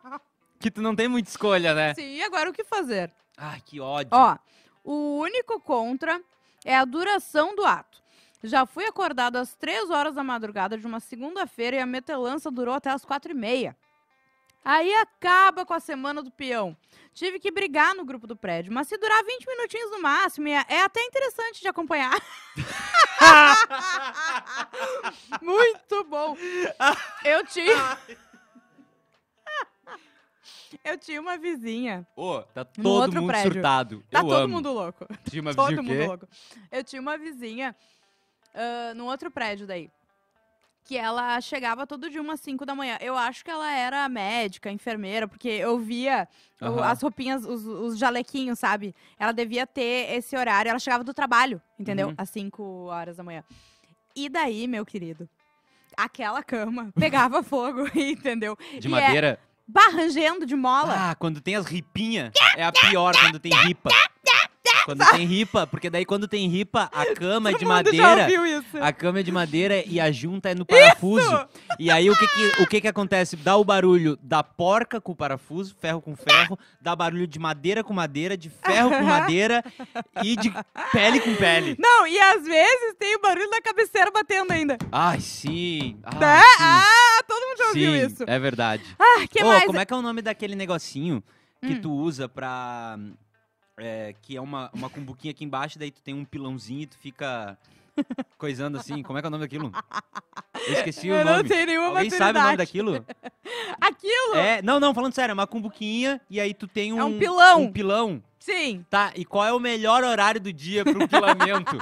D: que tu não tem muita escolha, né?
C: Sim, e agora o que fazer?
D: Ai, que ódio.
C: Ó, o único contra é a duração do ato. Já fui acordado às 3 horas da madrugada de uma segunda-feira e a metelança durou até as 4 e meia. Aí acaba com a semana do peão. Tive que brigar no grupo do prédio, mas se durar 20 minutinhos no máximo, e é é até interessante de acompanhar. Muito bom! Eu tinha. Eu tinha uma vizinha.
D: Ô, tá
C: No
D: todo
C: outro
D: mundo
C: prédio.
D: surtado.
C: Tá
D: eu
C: todo
D: amo.
C: mundo louco.
D: Tinha uma
C: Todo
D: vizinha o
C: mundo
D: quê?
C: louco. Eu tinha uma vizinha ah, num outro prédio daí. Que ela chegava todo dia umas 5 da manhã. Eu acho que ela era médica, enfermeira, porque eu via o-
D: Aham.
C: as roupinhas, os, os jalequinhos, sabe? Ela devia ter esse horário. Ela chegava do trabalho, entendeu?
D: Uhum.
C: Às 5 horas da manhã. E daí, meu querido, aquela cama pegava fogo, entendeu? E
D: De
C: é-
D: madeira.
C: Barrangendo de mola.
D: Ah, quando tem as ripinhas, é a pior quando tem ripa. Quando tem ripa, porque daí quando tem ripa, a cama é de
C: Todo mundo já
D: madeira.
C: ouviu isso.
D: A cama é de madeira e a junta é no parafuso. E aí o que que, o que que acontece? Dá o barulho da porca com o parafuso, ferro com ferro, dá barulho de madeira com madeira, de ferro com madeira e de pele com pele.
C: Não, e às vezes tem o barulho da cabeceira batendo ainda.
D: Ai, sim. Ai,
C: Tá?
D: sim.
C: Ah, todo mundo já ouviu
D: Sim,
C: isso.
D: é verdade.
C: Ah, que
D: Ô,
C: mais?
D: como é que é o nome daquele negocinho que
C: Hum.
D: tu usa pra. é, que é uma, uma cumbuquinha aqui embaixo, daí tu tem um pilãozinho e tu fica coisando assim. Como é que é o nome daquilo? Eu esqueci
C: Eu
D: o
C: não
D: nome.
C: tenho nenhuma
D: Alguém
C: maturidade.
D: sabe o nome daquilo?
C: Aquilo?
D: É, não, não, falando sério, é uma cumbuquinha e aí tu tem um.
C: É um pilão.
D: Um pilão.
C: Sim.
D: Tá, e qual é o melhor horário do dia pro pilamento?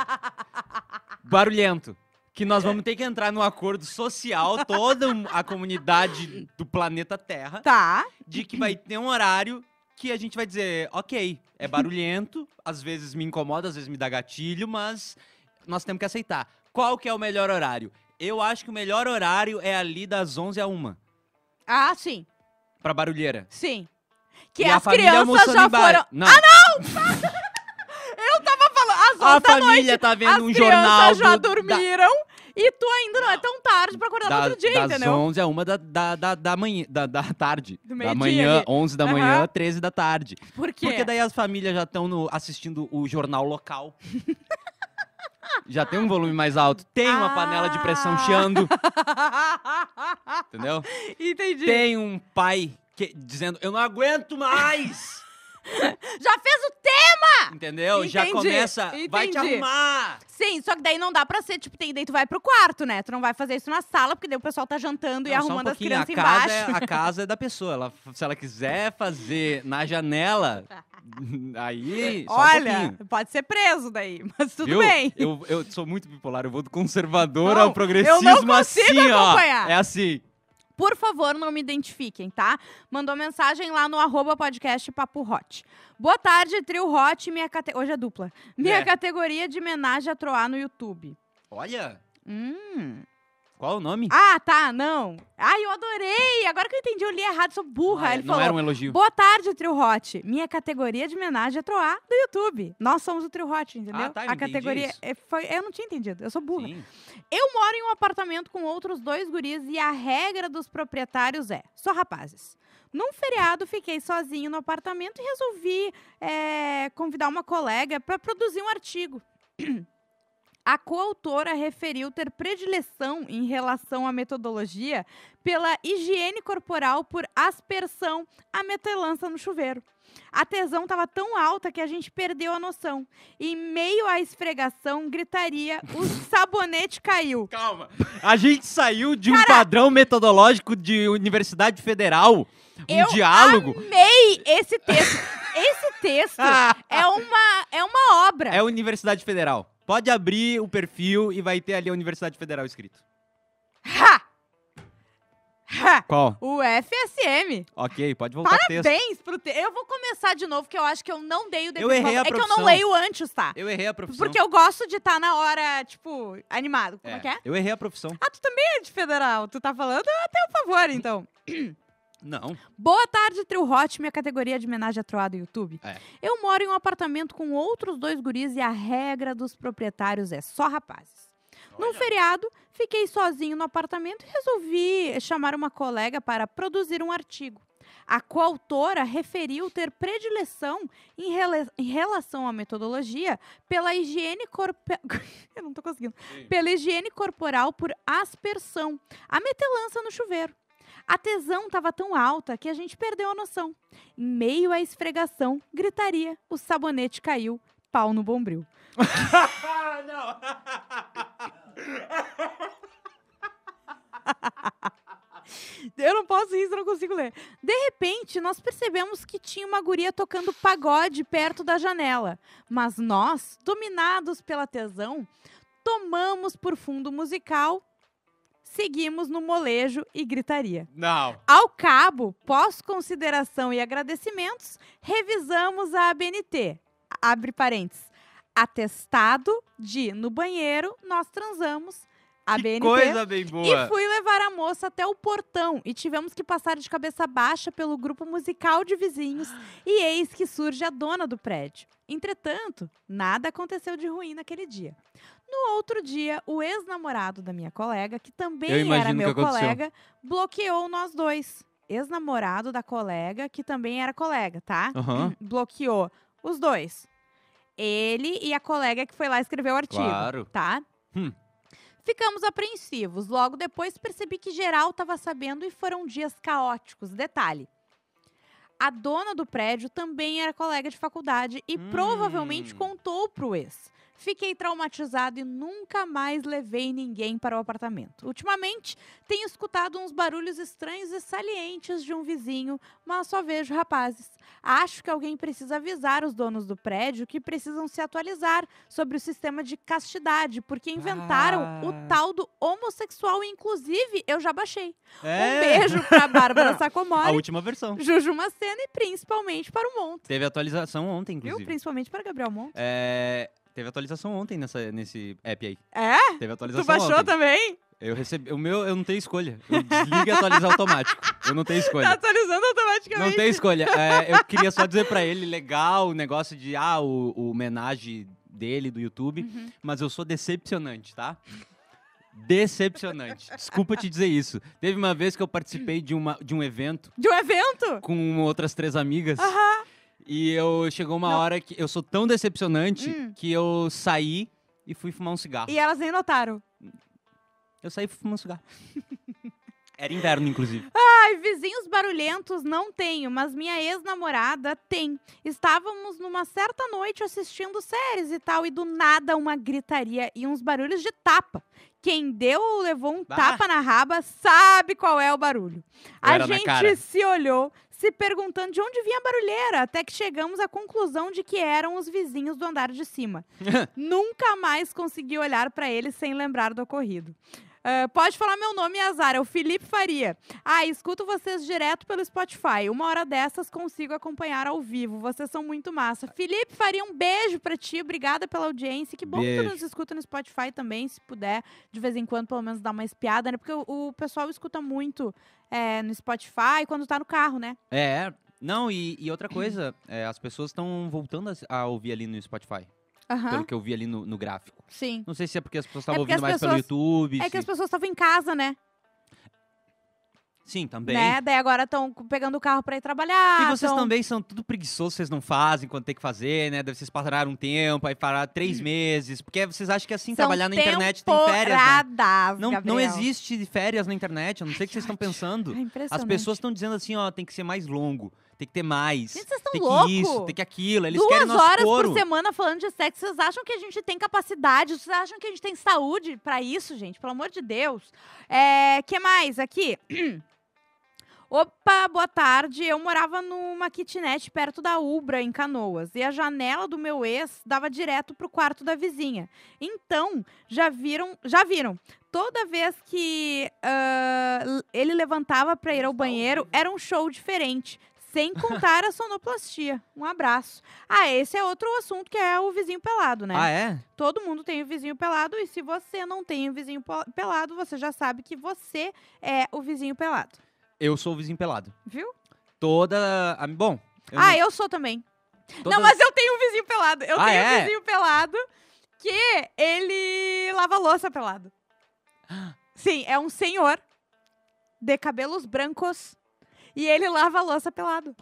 D: Barulhento. Que
C: É.
D: nós vamos ter que entrar num acordo social, toda um, a comunidade do planeta Terra
C: Tá.
D: de que vai ter um horário que a gente vai dizer, ok, é barulhento, às vezes me incomoda, às vezes me dá gatilho, mas nós temos que aceitar. Qual que é o melhor horário? Eu acho que o melhor horário é ali das 11 a 1
C: Ah, sim.
D: pra barulheira.
C: Sim. Que
D: E a
C: as
D: família
C: crianças
D: almoçando
C: já
D: embaixo.
C: foram.
D: Não, ah,
C: Tava falando, às
D: a
C: onze da
D: família tá
C: as
D: vendo um
C: crianças
D: jornal
C: já
D: do- da-
C: dormiram e tu ainda não é tão tarde pra acordar no
D: da-
C: outro dia,
D: das
C: entendeu?
D: 11 a 1 da, da, da, da manhã, da, da tarde.
C: Do
D: da
C: meio-dia
D: manhã,
C: ali.
D: 11 da manhã,
C: Aham.
D: 13 da tarde.
C: Por quê?
D: Porque daí as famílias já estão assistindo o jornal local. já tem um volume mais alto. Tem uma panela de pressão
C: Ah.
D: chiando, entendeu?
C: Entendi.
D: Tem um pai que- dizendo, eu não aguento mais!
C: Já fez o tempo!
D: entendeu? Já
C: Entendi,
D: começa, vai te
C: entendi.
D: arrumar!
C: Sim, só que daí não dá pra ser, tipo, tem, daí tu vai pro quarto, né? Tu não vai fazer isso na sala, porque daí o pessoal tá jantando e
D: Não, só um
C: arrumando as
D: pouquinho,
C: crianças
D: a casa
C: embaixo.
D: É, a casa é da pessoa. Ela, se ela quiser fazer na janela, aí. Só um
C: Olha,
D: pouquinho.
C: pode ser preso daí, mas tudo
D: Viu?
C: bem.
D: Eu, eu sou muito bipolar, eu vou do conservador
C: Não, eu
D: ao
C: não
D: progressismo
C: consigo
D: assim,
C: acompanhar.
D: ó. É assim.
C: Por favor, não me identifiquem, tá? Mandou mensagem lá no arroba podcast Papo Hot. Boa tarde, trio Hot, minha cate... hoje é dupla. Minha
D: É.
C: categoria de homenagem a Troar no YouTube.
D: Olha,
C: Hum.
D: Qual o nome?
C: Ah, tá, não. Ai, eu adorei. Agora que eu entendi, eu li errado, sou burra.
D: Ah,
C: Ele
D: não
C: falou,
D: era um elogio.
C: Boa tarde, Trio Hot. Minha categoria de homenagem é Troar do YouTube. Nós somos o Trio Hot, entendeu?
D: Ah, tá, eu
C: a
D: entendi
C: categoria
D: isso.
C: é- foi- eu não tinha entendido. Eu sou burra.
D: Sim.
C: Eu moro em um apartamento com outros dois guris e a regra dos proprietários é só rapazes. Num feriado, fiquei sozinho no apartamento e resolvi é, convidar uma colega para produzir um artigo. A coautora referiu ter predileção em relação à metodologia pela higiene corporal por aspersão à metelança no chuveiro. A tesão estava tão alta que a gente perdeu a noção. Em meio à esfregação, gritaria: o sabonete caiu.
D: Calma. A gente saiu de um padrão metodológico de universidade federal. Um
C: Eu
D: diálogo.
C: Amei esse texto. Esse texto é uma, é uma obra.
D: Ah, É a Universidade Federal. Pode abrir o perfil e vai ter ali a Universidade Federal escrito.
C: Ha! Ha!
D: Qual?
C: O FSM.
D: Ok, pode voltar pro texto.
C: Parabéns pro texto. Eu vou começar de novo, que eu acho que eu não dei o devido
D: errei a
C: valor. É que eu não
D: profissão.
C: leio antes, tá?
D: Eu errei a profissão.
C: Porque eu gosto de estar na hora, tipo, animado. Como é, que é?
D: Eu errei a profissão.
C: Ah, tu também é de federal. Tu tá falando até o favor, então.
D: Não.
C: Boa tarde, Trio Hot, minha categoria de homenagem à Troá do YouTube.
D: É.
C: Eu moro em um apartamento com outros dois guris e a regra dos proprietários é só rapazes. Num feriado, fiquei sozinho no apartamento e resolvi chamar uma colega para produzir um artigo. A coautora referiu ter predileção em, rela- em relação à metodologia pela higiene corporal. Eu não tô conseguindo.
D: Sim.
C: Pela higiene corporal por aspersão. A metelança no chuveiro. A tesão estava tão alta que a gente perdeu a noção. Em meio à esfregação, gritaria: o sabonete caiu, pau no bombril. Ah, Eu não posso rir, eu não consigo ler. De repente, nós percebemos que tinha uma guria tocando pagode perto da janela. Mas nós, dominados pela tesão, tomamos por fundo musical, seguimos no molejo e gritaria.
D: Não.
C: Ao cabo, pós-consideração e agradecimentos, revisamos a ABNT. Abre parênteses. Atestado de no banheiro nós transamos. ABNT.
D: Que coisa bem boa.
C: E fui levar a moça até o portão e tivemos que passar de cabeça baixa pelo grupo musical de vizinhos e eis que surge a dona do prédio. Entretanto, nada aconteceu de ruim naquele dia. No outro dia, o ex-namorado da minha colega, que
D: Eu
C: também
D: imagino
C: era
D: o que
C: meu
D: aconteceu.
C: colega, bloqueou nós dois. Ex-namorado da colega, que também era colega, tá?
D: Aham.
C: Bloqueou os dois. Ele e a colega que foi lá escrever o artigo,
D: Claro.
C: tá?
D: Hum.
C: Ficamos apreensivos. Logo depois percebi que geral estava sabendo e foram dias caóticos. Detalhe. A dona do prédio também era colega de faculdade e
D: Hum.
C: provavelmente contou pro ex. Fiquei traumatizado e nunca mais levei ninguém para o apartamento. Ultimamente, tenho escutado uns barulhos estranhos e salientes de um vizinho, mas só vejo rapazes. Acho que alguém precisa avisar os donos do prédio que precisam se atualizar sobre o sistema de castidade, porque inventaram
D: Ah.
C: o tal do homossexual. Inclusive, eu já baixei. Um
D: É. então?
C: beijo pra Bárbara
D: A
C: Sacomori,
D: última versão.
C: Juju Macena e principalmente para o Monte.
D: Teve atualização ontem,
C: Viu?
D: inclusive.
C: Principalmente para Gabriel Monte.
D: É, Teve atualização ontem nessa, nesse app aí.
C: É?
D: Teve
C: Tu
D: atualização
C: baixou
D: ontem.
C: também? Tá
D: Eu recebi. O meu, eu não tenho escolha. Eu desligo e atualizar automático. Eu não tenho
C: Tá
D: escolha.
C: atualizando automaticamente.
D: é. Não tem escolha. É, eu queria só dizer pra ele, legal o negócio de, ah, o, o homenagem dele, do YouTube,
C: Uhum.
D: mas eu sou decepcionante, tá? Decepcionante. Desculpa te dizer isso. Teve uma vez que eu participei de, uma, de um evento
C: De um evento?
D: com outras três amigas.
C: Aham.
D: E eu chegou uma
C: Não.
D: hora que eu sou tão decepcionante
C: Hum.
D: que eu saí e fui fumar um cigarro.
C: E elas nem notaram.
D: Eu saí e fui fumar um cigarro. Era inverno, inclusive.
C: Ai, vizinhos barulhentos não tenho, mas minha ex-namorada tem. Estávamos numa certa noite assistindo séries e tal, e do nada uma gritaria e uns barulhos de tapa. Quem deu ou levou um
D: Bah.
C: tapa na raba sabe qual é o barulho. A
D: Era na cara.
C: gente se olhou, se perguntando de onde vinha a barulheira, até que chegamos à conclusão de que eram os vizinhos do andar de cima. Nunca mais consegui olhar para eles sem lembrar do ocorrido. Ah, pode falar meu nome e azar, é o Felipe Faria. Ah, escuto vocês direto pelo Spotify. Uma hora dessas consigo acompanhar ao vivo. Vocês são muito massa. Felipe Faria, um beijo pra ti. Obrigada pela audiência. Que bom que
D: Beijo.
C: tu nos escuta no Spotify também, se puder, de vez em quando, pelo menos dar uma espiada, né? Porque o, o pessoal escuta muito é, no Spotify quando tá no carro, né?
D: É. Não, e, e outra coisa, é, as pessoas estão voltando a, a ouvir ali no Spotify,
C: Aham.
D: pelo que eu vi ali no, no gráfico.
C: Sim.
D: Não sei se é porque as pessoas estavam
C: porque
D: ouvindo mais
C: as
D: pelo
C: pessoas-
D: YouTube.
C: É que
D: se-
C: as pessoas estavam em casa, né?
D: Sim, também.
C: né? Então Daí agora estão pegando o carro pra ir trabalhar.
D: e vocês
C: tão-
D: também são tudo preguiçosos, vocês não fazem quando tem que fazer, né? Daí vocês pararam um tempo, aí pararam três meses. Porque vocês acham que assim,
C: Hum. são
D: trabalhar na internet tem férias, né?
C: temporadas,
D: Não, não
C: Gabriel.
D: existe férias na internet, eu não sei o que vocês estão pensando.
C: É impressionante.
D: As pessoas estão dizendo assim, ó, tem que ser mais longo, tem que ter mais,
C: Gente, vocês estão
D: tem
C: loucos.
D: que isso, tem que aquilo. Eles querem
C: Duas
D: nosso
C: horas
D: couro.
C: por semana falando de sexo, vocês acham que a gente tem capacidade, vocês acham que a gente tem saúde pra isso, gente? Pelo amor de Deus. É, que mais aqui? Opa, boa tarde. Eu morava numa kitnet perto da Ubra, em Canoas, e a janela do meu ex dava direto pro quarto da vizinha. Então, já viram, já viram. Toda vez que ah, l- ele levantava pra ir ao banheiro, era um show diferente. Sem contar a sonoplastia. Um abraço. Ah, esse é outro assunto que é o vizinho pelado, né?
D: Ah, é?
C: Todo mundo tem o vizinho pelado e se você não tem o vizinho po- pelado, você já sabe que você é o vizinho pelado,
D: Eu sou o vizinho pelado.
C: viu?
D: Toda. a- Bom. Eu
C: ah,
D: não-
C: eu sou também.
D: toda-
C: Não, mas eu tenho um vizinho pelado. Eu
D: Ah,
C: tenho um
D: é?
C: vizinho pelado que ele lava louça pelado. Sim, é um senhor de cabelos brancos e ele lava louça pelado.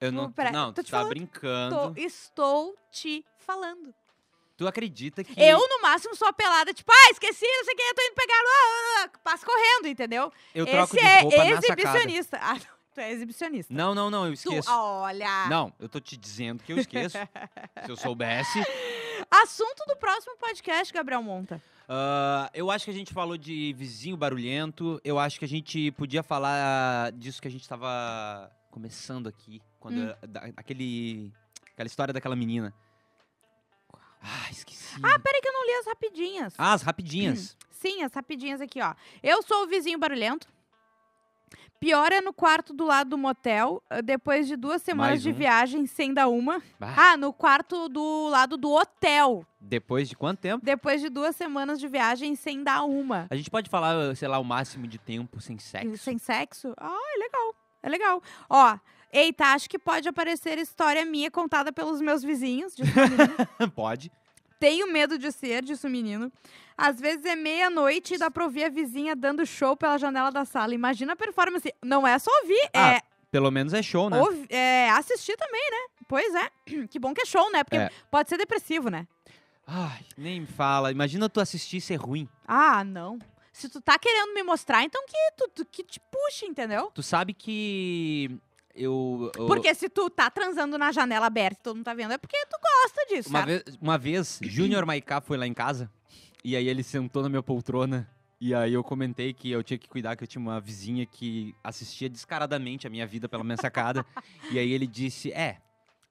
D: Eu não.
C: pera-
D: Não,
C: tô
D: tu
C: te
D: tá
C: falando, Tô-
D: brincando.
C: estou te falando.
D: Tu acredita que.
C: Eu, no máximo, sou a pelada, tipo, ah, esqueci, não sei o que, eu tô indo pegar, ah, ah, ah", passa correndo, entendeu?
D: eu troco
C: Esse
D: de
C: é
D: roupa na sacada.
C: exibicionista. Ah, não, tu é exibicionista.
D: Não, não, não, eu
C: Tu,
D: esqueço.
C: olha.
D: Não, eu tô te dizendo que eu esqueço. Se eu soubesse.
C: Assunto do próximo podcast, Gabriel Monta.
D: Ah, eu acho que a gente falou de vizinho barulhento. Eu acho que a gente podia falar disso que a gente tava começando aqui. Quando
C: Hum.
D: eu- da- aquele, aquela história daquela menina. Ah, esqueci. Ah,
C: Peraí que eu não li as rapidinhas.
D: as rapidinhas.
C: Sim, as rapidinhas aqui, ó. Eu sou o vizinho barulhento. Pior é no quarto do lado do motel, ah, depois de duas semanas
D: Mais
C: de
D: um.
C: viagem sem dar uma.
D: Ah,
C: Ah, no quarto do lado do hotel,
D: depois de quanto tempo?
C: depois de duas semanas de viagem sem dar uma.
D: A gente pode falar, sei lá, o máximo de tempo sem sexo.
C: Sem sexo? Ah, é legal. É legal. Ó, eita, acho que pode aparecer história minha contada pelos meus vizinhos. disse o menino.
D: pode.
C: Tenho medo de ser, disse o menino. Às vezes é meia-noite e dá pra ouvir a vizinha dando show pela janela da sala. Imagina a performance. Não é só ouvir,
D: Ah,
C: é,
D: Pelo menos é show, né?
C: ouvi- é assistir também, né? Pois é. Que bom que é show, né? Porque
D: É.
C: pode ser depressivo, né?
D: Ai, nem me fala. Imagina tu assistir e ser ruim.
C: Ah, não. Se tu tá querendo me mostrar, então que, tu, tu- que te puxe, entendeu?
D: Tu sabe que eu. eu-
C: Porque se tu tá transando na janela aberta e todo mundo tá vendo, é porque tu gosta disso, né?
D: Uma
C: cara.
D: vez, uma vez, Júnior Maiká foi lá em casa e aí ele sentou na minha poltrona. E aí eu comentei que eu tinha que cuidar, que eu tinha uma vizinha que assistia descaradamente a minha vida pela minha sacada. e aí ele disse: É,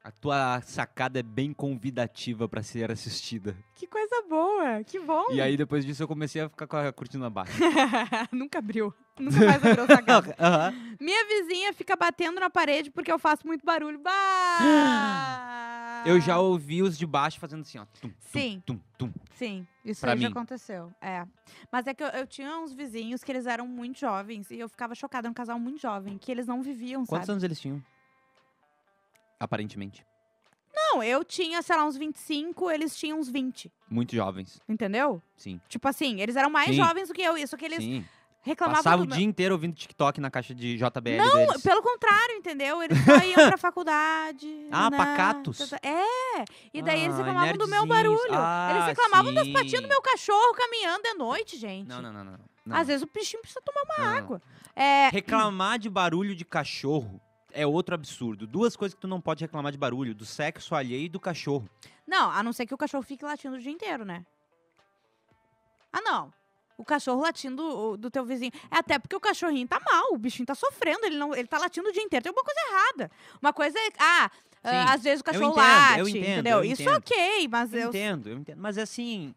D: a tua sacada é bem convidativa pra ser assistida.
C: Que coisa boa, que bom.
D: E aí depois disso eu comecei a ficar com a cortina baixa.
C: Nunca abriu. Nunca mais abriu essa casa.
D: Aham.
C: Minha vizinha fica batendo na parede porque eu faço muito barulho. Bah!
D: Eu já ouvi os de baixo fazendo assim, ó. Tum, tum,
C: Sim.
D: Tum, tum.
C: Sim, isso
D: Pra
C: aí já
D: mim.
C: aconteceu. É. Mas é que eu, eu tinha uns vizinhos que eles eram muito jovens e eu ficava chocada, era um casal muito jovem, que eles não viviam,
D: Quantos
C: sabe?
D: anos eles tinham? Aparentemente.
C: Não, eu tinha, sei lá, uns 25, eles tinham uns 20,
D: Muito jovens,
C: entendeu?
D: sim.
C: Tipo assim, eles eram mais
D: Sim.
C: jovens do que eu, isso que eles
D: sim.
C: reclamavam
D: Passava
C: do
D: o
C: meu-
D: dia inteiro ouvindo TikTok na caixa de JBL
C: Não,
D: deles.
C: Pelo contrário, entendeu? Eles só iam pra faculdade.
D: Ah,
C: né?
D: pacatos.
C: Tata- É. E daí eles
D: Ah,
C: reclamavam do meu
D: nerdzinhos.
C: barulho. eles
D: Ah,
C: reclamavam das
D: sim.
C: patinhas do meu cachorro caminhando de noite, gente.
D: Não, não, não, não. não.
C: Às vezes o bichinho precisa tomar
D: Não, não, não.
C: água. É,
D: Reclamar de barulho de cachorro é outro absurdo. Duas coisas que tu não pode reclamar de barulho: do sexo alheio e do cachorro.
C: não, a não ser que o cachorro fique latindo o dia inteiro, né? Ah, não. O cachorro latindo o- do teu vizinho. É até porque o cachorrinho tá mal, o bichinho tá sofrendo, ele, não, ele tá latindo o dia inteiro. Tem alguma coisa errada. Uma coisa é. Ah, ah,
D: Sim,
C: às vezes o cachorro
D: entendo, eu
C: late,
D: entendo,
C: entendeu?
D: eu
C: Isso é
D: entendo.
C: ok, mas
D: Eu
C: eu
D: entendo, eu entendo. Mas é assim.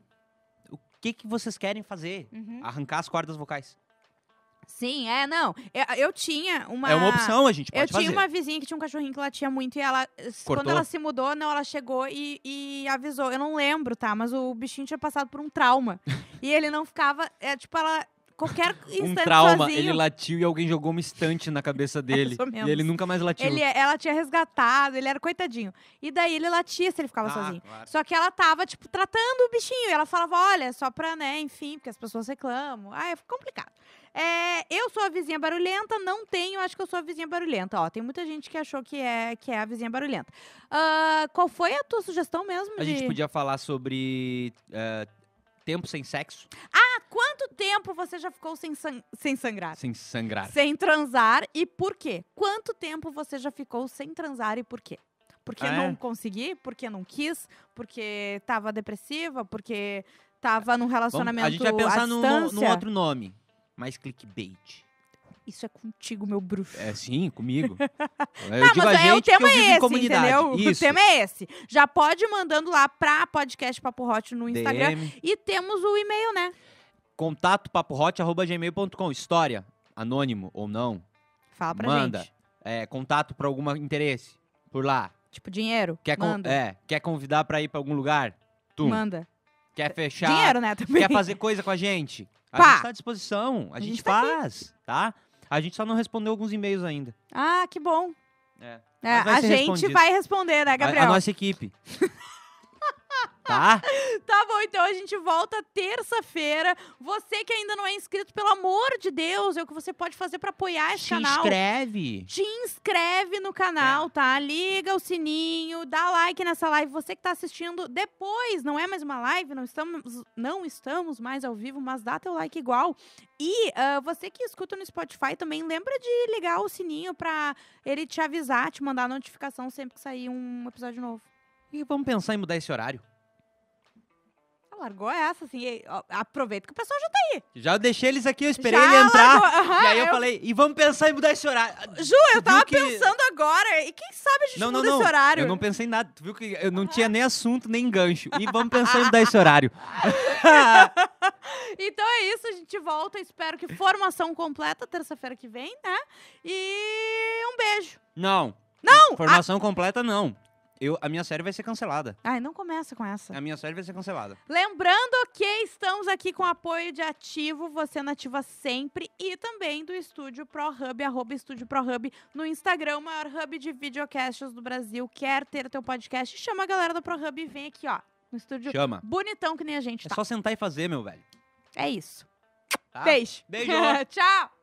D: o- que, que vocês querem fazer?
C: Uhum.
D: Arrancar as cordas vocais.
C: Sim, é, não. Eu, eu tinha uma.
D: É uma opção, a gente pode
C: Eu
D: fazer.
C: tinha uma vizinha que tinha um cachorrinho que latia muito e ela. s- Quando
D: Cortou?
C: ela se mudou, não, ela chegou e, e avisou. Eu não lembro, tá? Mas o bichinho tinha passado por um trauma. e ele não ficava. É, tipo, ela. Qualquer
D: Um
C: instante
D: trauma,
C: sozinho.
D: ele latiu e alguém jogou uma estante na cabeça dele.
C: ou menos.
D: e ele nunca mais latiu.
C: ele- é, ela tinha resgatado, ele era coitadinho. E daí ele latia se ele ficava
D: Ah,
C: sozinho.
D: claro.
C: Só que ela tava, tipo, tratando o bichinho. E ela falava, olha, só pra, né, enfim, porque as pessoas reclamam. Ah, é complicado. É, eu sou a vizinha barulhenta, não tenho, acho que eu sou a vizinha barulhenta. Ó, tem muita gente que achou que é, que é a vizinha barulhenta. Ah, qual foi a tua sugestão mesmo?
D: A
C: de...
D: gente podia falar sobre eh, tempo sem sexo,
C: Há quanto tempo você já ficou sem, san- sem sangrar?
D: sem sangrar.
C: Sem transar e por quê? Quanto tempo você já ficou sem transar e por quê? Porque
D: Ah, é?
C: não consegui, porque não quis, porque tava depressiva, porque tava num
D: Vamos-
C: relacionamento
D: a gente vai pensar
C: à
D: num,
C: distância.
D: num outro nome, mais clickbait.
C: Isso é contigo, meu bruxo.
D: É sim, comigo. Eu
C: Tá,
D: digo a
C: mas é, o
D: gente que eu
C: tema
D: vivo
C: é
D: em
C: esse,
D: comunidade.
C: entendeu? O
D: Isso.
C: tema é esse. Já pode ir mandando lá pra podcast Papo Hot no Instagram.
D: DM,
C: E temos o e-mail, né?
D: contato paporrote@gmail.com. História, anônimo ou não,
C: Fala pra
D: Manda.
C: gente.
D: é, contato para algum interesse por lá.
C: Tipo, dinheiro.
D: Quer con-
C: manda.
D: é, quer convidar para ir para algum lugar? Tum.
C: manda.
D: Quer fechar?
C: Dinheiro, né? Também.
D: Quer fazer coisa com a gente? A
C: Pá.
D: gente tá à disposição. A, gente,
C: gente tá
D: faz, tá? A gente só não respondeu alguns e-mails ainda.
C: Ah, que bom.
D: É.
C: É,
D: Mas vai
C: a
D: ser
C: gente
D: respondido.
C: vai responder, né,
D: A-
C: Gabriel?
D: A, nossa equipe. tá?
C: Tá bom, então a gente volta terça-feira. Você que ainda não é inscrito, pelo amor de Deus, é o que você pode fazer pra apoiar esse
D: Se
C: canal.
D: inscreve.
C: Te inscreve no canal,
D: É.
C: tá? Liga o sininho, dá like nessa live. Você que tá assistindo depois, não é mais uma live, não estamos, não estamos mais ao vivo, mas dá teu like igual. E ah, você que escuta no Spotify também, lembra de ligar o sininho pra ele te avisar, te mandar a notificação sempre que sair um episódio novo.
D: E vamos pensar em mudar esse horário.
C: Ah, Largou essa, assim, e, ó, aproveita que o pessoal já tá
D: Já deixei eles aqui, eu esperei
C: Já
D: ele entrar.
C: largou, aham,
D: e aí eu,
C: eu-
D: falei, e vamos pensar em mudar esse horário. Ah,
C: Ju, eu
D: Tu viu
C: tava
D: que-
C: pensando agora. E quem sabe a gente
D: Não, não,
C: muda
D: não.
C: esse horário?
D: Eu não pensei em nada. Tu viu que eu não tinha nem assunto, nem gancho. E vamos pensar em mudar esse horário.
C: Então é isso, a gente volta. Espero que formação completa terça-feira que vem, né? E um beijo.
D: não.
C: Não! Ah,
D: Formação completa, não. Eu, a minha série vai ser cancelada.
C: Ai, não começa com essa.
D: A minha série vai ser cancelada.
C: É. Lembrando que estamos aqui com apoio de Ativo, você na Ativa sempre, e também do Estúdio ProHub, arroba Estúdio ProHub no Instagram, o maior hub de videocasts do Brasil. Quer ter teu podcast? Chama a galera do ProHub e vem aqui, ó, no estúdio
D: Chama.
C: bonitão que nem a gente
D: É
C: tá.
D: só sentar e fazer, meu velho.
C: É isso.
D: Tá?
C: Beijo.
D: Beijo.
C: Tchau.